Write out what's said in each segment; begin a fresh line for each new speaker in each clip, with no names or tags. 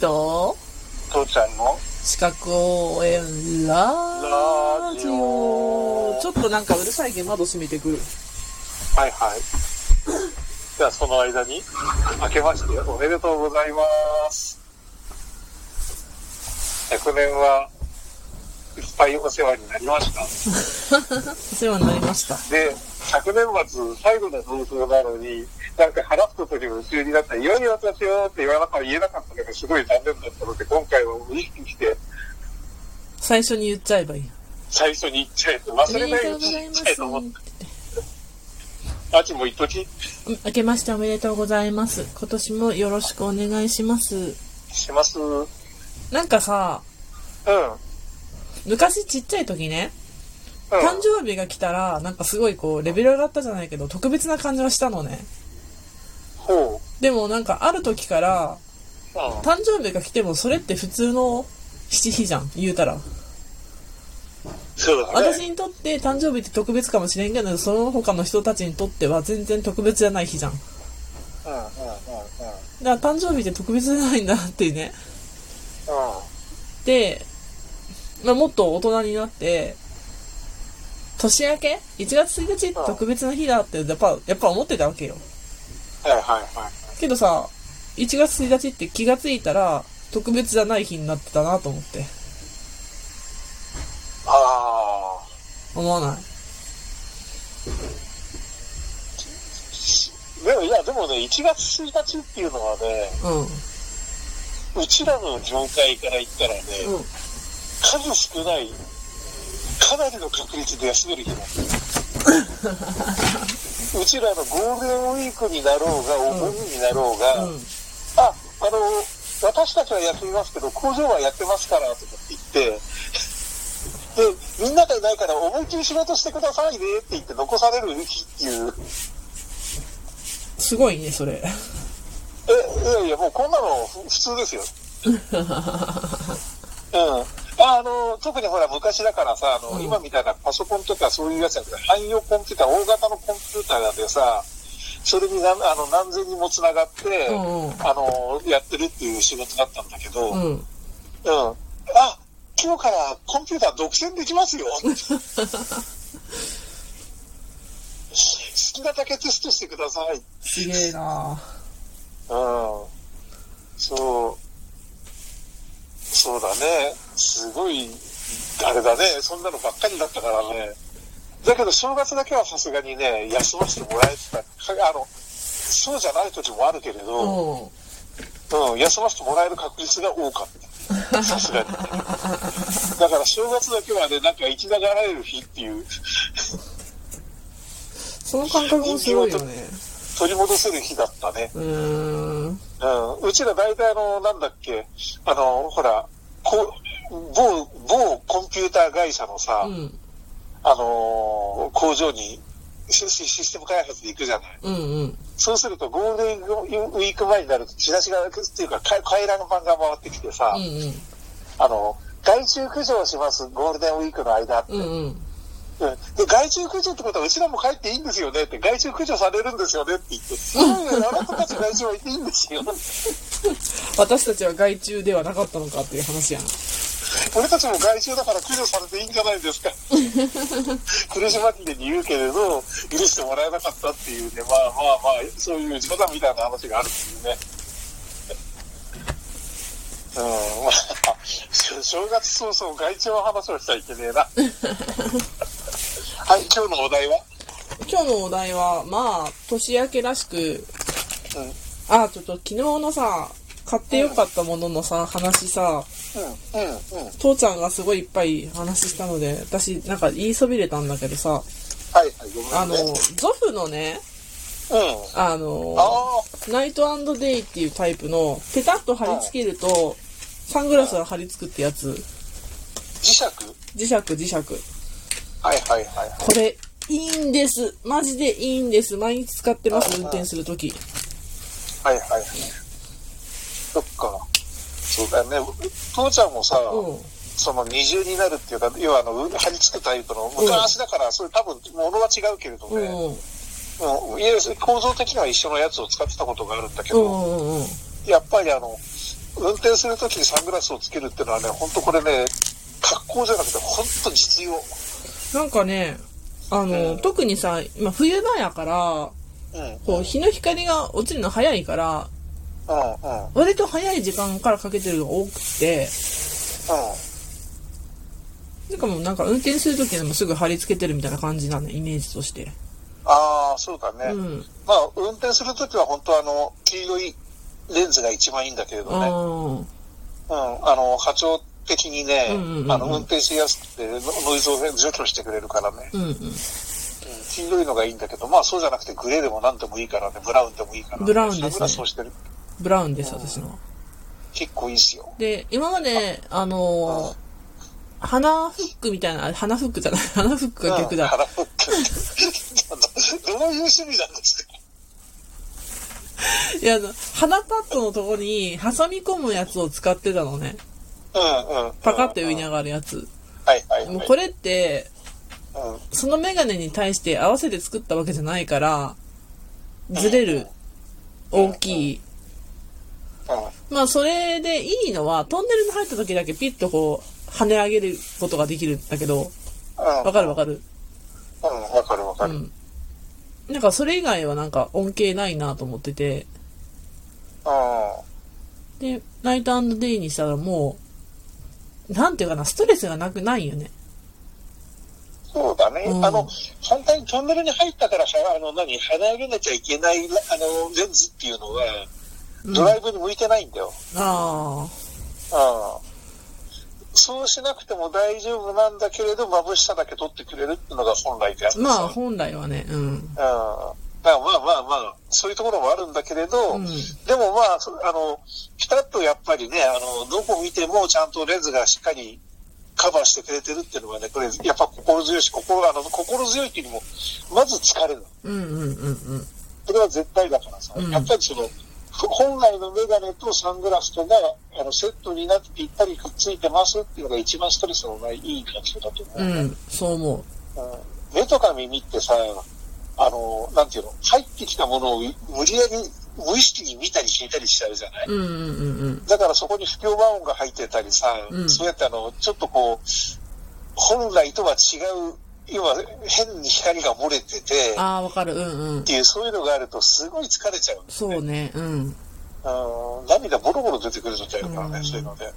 と
父ちゃんの
四角応援ラジオちょっとなんかうるさいけど窓閉めてくる
はいはい。じゃあその間に、明けましておめでとうございます。昨年はいっぱいお世話になりました。
お世話になりました
で、昨年末最後の放送なのに、なんか話すことに夢中になったいよいよ私よって言わなかった言えなかったのがすごい残念だったので、今回は意識して
最初に言っちゃえばいい
最初に言っちゃえと
お
忘
め
れ
で
な
と
いう
ご
ちに
ざい
言っ
ま
ちゃえ
す
と思った。あっちも言っとき
明けましておめでとうございます今年もよろしくお願いします
します。うん。
なんかさ
うん。
昔ちっちゃい時ね誕生日が来たらなんかすごいこうレベル上がったじゃないけど特別な感じはしたのね
ほ
でもなんかある時から
う。うん。
誕生日が来てもそれって普通の七日じゃん言うたら
そうだね。
私にとって誕生日って特別かもしれんけどその他の人たちにとっては全然特別じゃない日じゃん
うんうんう
だから誕生日って特別じゃないんだなっていうね
んうん。うん。
で、まあ、もっと大人になって年明け1月1日って特別な日だってやっぱやっぱ思ってたわけよ
はいはいはい。
けどさ1月1日って気がついたら特別じゃない日になってたなと思って
ああ。
思わない
でもいや、でもね、1月1日っていうのはね、
うん
うちらの業界から言ったらね、
うん
数少ない、かなりの確率で休 める日なんだようちらのゴールデンウィークになろうが、お盆になろうが、
うん
あ、あの、私たちは休みますけど、工場はやってますから、とかって言って、で、みんながいないから思いっきり仕事してくださいねって言って残される日っていう、
すごいねそれ
え、いやいや、もうこんなのふ普通ですよ。うん。ああの、特にほら、昔だからさ、あの、
うん
今みたいなパソコンとかそういうやつじゃなくて、汎用コンピューター、大型のコンピューターでさ、それに何あの何千人もつながって、
うんうん
あの、やってるっていう仕事だったんだけど、
うん
うん。あ、今日からコンピューター独占でき ますよ。好きなだけテストしてください。うん。
すげえな
そう。そうだね。すごい、あれだね。そんなのばっかりだったからね。だけど正月だけはさすがにね、休ませてもらえてた。あの、そうじゃない時もあるけれど、
うん
うん、休ませてもらえる確率が多かった。さすがに。だから正月だけはね、なんか生きながらえる日っていう、
その感覚もすごいよね。
取り戻せる日だったね。
うーん。
うん。うちら大体あの、なんだっけ、あの、ほら、こう某、某コンピューター会社のさ、
うん。
あのー工場にシ、シシステム開発で行くじゃない。
うんうん。
そうすると、ゴールデンウィーク前になると、チラシが、っていうか、か回覧板が回ってきてさ、
うん
あの、外注駆除をします、ゴールデンウィークの間って。
うん。うんうん。
うんで、外注駆除ってことは、うちらも帰っていいんですよねって、外注駆除されるんですよねって言って、うん、あなたたち外注はいていいんですよ。
私たちは害虫ではなかったのかっていう話やん。
俺たちも外注だから駆除されていいんじゃないです か。苦し紛れに言うけれど、許してもらえなかったっていうね、まあまあまあ、そういう冗談みたいな話があるっていうね。うん、まあ、正正月早々外注の話をしちゃいけねえ な。はい、今日のお題は
今日のお題は、まあ、年明けらしく、
うん、うん、
あ、ちょっと昨日のさ、買ってよかったもののさ、話さ、
うん、うん。
父ちゃんがすごいいっぱい話したので、私なんか言いそびれたんだけどさ、
はい、はい、ごめんね。
あの、ゾフのね、
うん。
あの、
あ
ナイトデイっていうタイプの、ペタッと貼り付けると、サングラスが貼り付くってやつ。
ー磁石
磁石磁石
はいはいはい。
これいいんですマジでいいんです毎日使ってます運転するとき
はいはいはい。そっか。そうだよね。父ちゃんもさ、
うん
その二重になるっていうか、要はあの、う貼り付くタイプの、昔だから、それ多分、ものは違うけれど
うん
ね、うん、いわゆる構造的には一緒のやつを使ってたことがあるんだけ
う
ど、
んうんうん
やっぱりあの、運転するときにサングラスをつけるっていうのはね、本当これね、格好じゃなくて、本当実用。
なんかね、あの、
うん
特にさ、今冬場やから、
うん。
こう、日の光が落ちるの早いから、
うん、うん、うん。
割と早い時間からかけてるのが多くて、なんかもうなんか運転するときでもすぐ貼り付けてるみたいな感じなの、イメージとして。
ああ、そうだね。
うん。
まあ、運転するときは本当あの、黄色いレンズが一番いいんだけれど
あ
ね。
ー
うん、あの、波長的にね、
うんうんうん
あの、運転しやすくて、ノノイズを除去してくれるからね、
うんうん。
うん黄色いのがいいんだけど、まあそうじゃなくてグレーでもなんでもいいからね、ブラウンでもいいから、
ブラウンですね
サグラスをしてる。
ブラウンです、私のは。
結構いいっすよ。
で、今まで、あのー、鼻フックみたいな、あ鼻フックじゃない、鼻フックが逆
うん
だ。
腹フックどういう趣味なんですか
いや、あの鼻パッドのとこに挟み込むやつを使ってたのね。
うんうん。
パカって上に
うん
上がるやつ。
はいはい、はい。
もうこ
れ、
れって、
うん、
そのメガネに対して合わせて作ったわけじゃないから、ずれる。大きい。まあ、それでいいのは、トンネルに入った時だけピッとこう、跳ね上げることができるんだけど、
うん。
わかるわ
わ
かる。
かる。うん、わかるわか
う
る。うん。
ん。なんか、それ以外はなんか、恩恵ないなと思ってて、で、ナイトデイにしたらもう、なんていうかな、ストレスがなくないよね。
そうだね。
うん
あの、反対にトンネルに入ったから、はあの、何、鼻上げなきゃいけない、あの、レンズっていうのは、
うん
ドライブに向いてないんだよ。
あ
うん。そうしなくても大丈夫なんだけれど、眩しさだけ取ってくれるっていうのが本来であって
あ。
さ
まあ、本来はね、うん。
うん。まあまあまあまあ、そういうところもあるんだけれど、
うん
でもまあ、そあの、ピタッとやっぱりね、あの、どこ見てもちゃんとレンズがしっかりカバーしてくれてるっていうのはね、これ、やっぱ心強いし、心、あの、心強いっていうよりも、まず疲れる。
うんうんうんうん。
それは絶対だからさ、
うん
やっぱりその、ふ本来のメガネとサングラスとが、あの、セットになってぴったりくっついてますっていうのが一番ストレスのないいい環境だと思う。
うん、そう思う。
うん目とか耳ってさ、あの、なんていうの、入ってきたものを無理やり、無意識に見たり聞いたりしちゃうじゃない、
うんうんうんうん。
だからそこに不協和音が入ってたりさ、
うん
そうやってあの、ちょっとこう、本来とは違う、今、変に光が漏れてて、っ
ああ、わかる。うんうん
て。いう、そういうのがあるとすごい疲れちゃうんですね。
そうね。うん。
うん涙ボロボロ出てくる時あるからね、
うん
そういうので。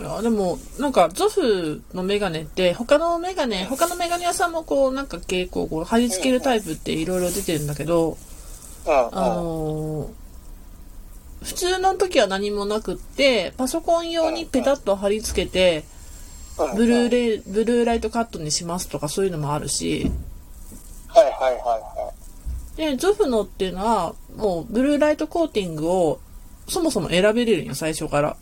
いやでも、なんか、ゾフのメガネって、他のメガネ、他のメガネ屋さんもこう、なんか傾向、こう、貼り付けるタイプっていろいろ出てるんだけど、
うん、
あのー普通の時は何もなくって、パソコン用にペタッと貼り付けて、
うん、
ブルー
レ
レイ、ブルーライトカットにしますとかそういうのもあるし、
はいはいはいは
で、ゾフのっていうのは、もう、ブルーライトコーティングを、そもそも選べれるんよ、最初から。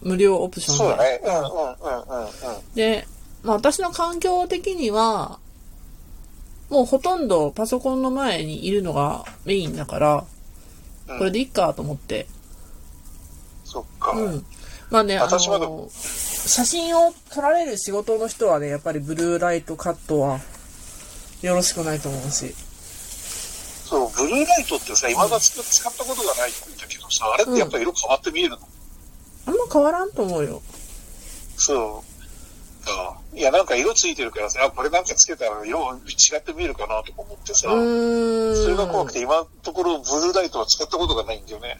無料オプシ
い。
ョンで。
そうだね。うんうんうんうんうん。
で、まあ、私の環境的には、もうほとんどパソコンの前にいるのがメインだから、
うん
これでいっかと思って。
そっか。
うん。まあね、あの
私はで
ー、写真を撮られる仕事の人はね、やっぱりブルーライトカットはよろしくないと思うし。
そう、ブルーライトってさ、未だ使使ったことがないんだけどさ、あれってやっぱ色変わって見えるの、
あんま変わらんと思うよ。
そう。あいや、なんか色ついてるからさ、あこれなんかつけたら色違って見えるかなとか思ってさ、
うーん。
それが怖くて今のところブルーライトは使ったことがないんだよね。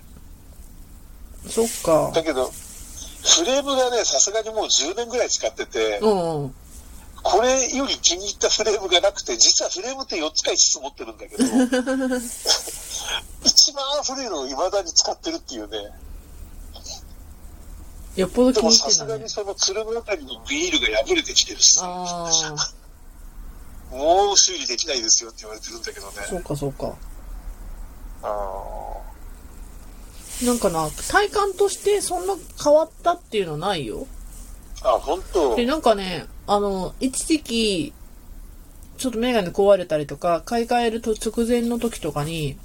そっか。
だけど、フレームがね、さすがにもう10年ぐらい使ってて、
うんうん。
これより気に入ったフレームがなくて、実はフレームって4つか5つ持ってるんだけど、 一番古いのを未だに使ってるっていうね。
よっぽど気
でも
に
さ
入
す
って
が
んだね
に。そのつるのあたりのビールが破れてきてるし、
ああ。
もう修理できないですよって言われてるんだけどね。
そうかそうか。
あ
なんかな、体感としてそんな変わったっていうのないよ。
ーあ、本当。うん
で、
うん
なんかね、あの、一時期、ちょっとメガネ壊れたりとか、買い替えると直前の時とかに、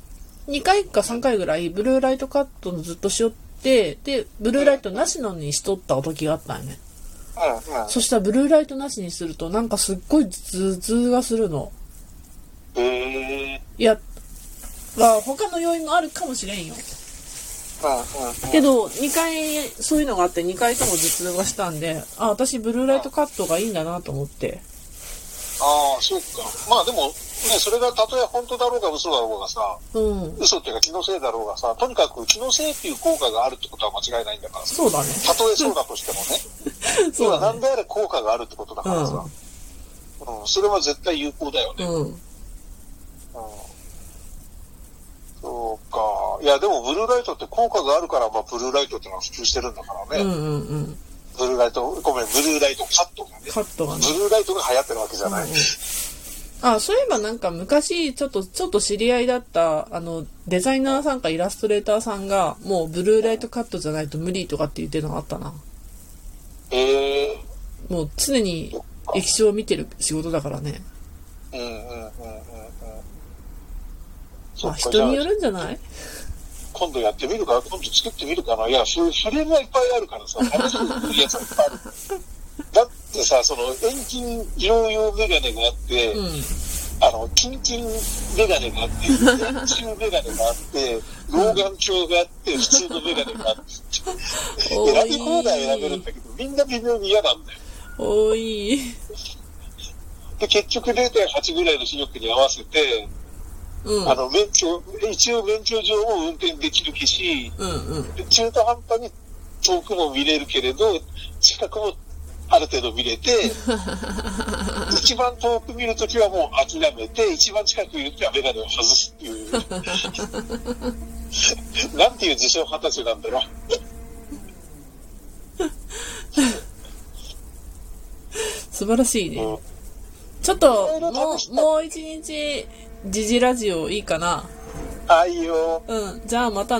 2回か3回ぐらい、ブルーライトカットのずっとしよって、で、ブルーライトなしのにしとった時があったんよね。そしたら、ブルーライトなしにすると、なんかすっごい頭痛がするの。
へえ
いや、まあ、他の要因もあるかもしれんよ。
うんうん
けど、2回、そういうのがあって、2回とも実動がしたんで、あ、私、ブルーライトカットがいいんだなと思って。
ああ、そうか。まあでも、ね、それがたとえ本当だろうが嘘だろうがさ、
うん。
嘘っていうか気のせいだろうがさ、とにかく気のせいっていう効果があるってことは間違いないんだからさ。
そうだね。
たとえそうだとしてもね。
そう
今
だ
何
ね。
であれ効果があるってことだからさ。うん、それは絶対有効だよね。
うん。
うん。そうか。いや、でもブルーライトって効果があるから、まあブルーライトってのは普及してるんだから
う
ね。
んうんうん。
ブルーライト、ごめん、ブルーライトカットがね。
カットがね。
ブルーライトが流行ってるわけじゃない。
うんうんあ、そういえばなんか昔、ちょっと、ちょっと知り合いだった、あの、デザイナーさんかイラストレーターさんが、もうブルーライトカットじゃないと無理とかって言ってるのがあったな。
ええ
もう常に液晶を見てる仕事だからね。
うんうんうんうんうん。そ
まあ、
っか、
人に
じ
よ
ゃあ
るんじゃない
今度やってみるか、今度作ってみるかな。いや、フフレームはいっぱいあるからさ、試してみるやつはいっ ぱいある。だってさ、その遠近療養メガネがあって、
うん。
あの、近近メガネがあって、遠中メガネがあって、老眼鏡が あって、普通のメガネがあって、選び放題選べるんだけど、みんな微妙に嫌なんだよ。
多い。
で、結局0.8ぐらいの視力に合わせて、
うん。
あの、免許、一応免許上も運転できるし、
うんうん。
中途半端に遠くも見れるけれど、近くもある程度見れ て、一番遠く見るときはもう諦めて、一番近く見るときはメガネを外すって いう。なんていう自称二十歳なんだろう。
素晴らしいね。
うん
ちょっと、
いろい
も
ろ試し
う、
た
もう一日、時事ラジオいいかな。
ああいいよ。
うん。じゃあまたね。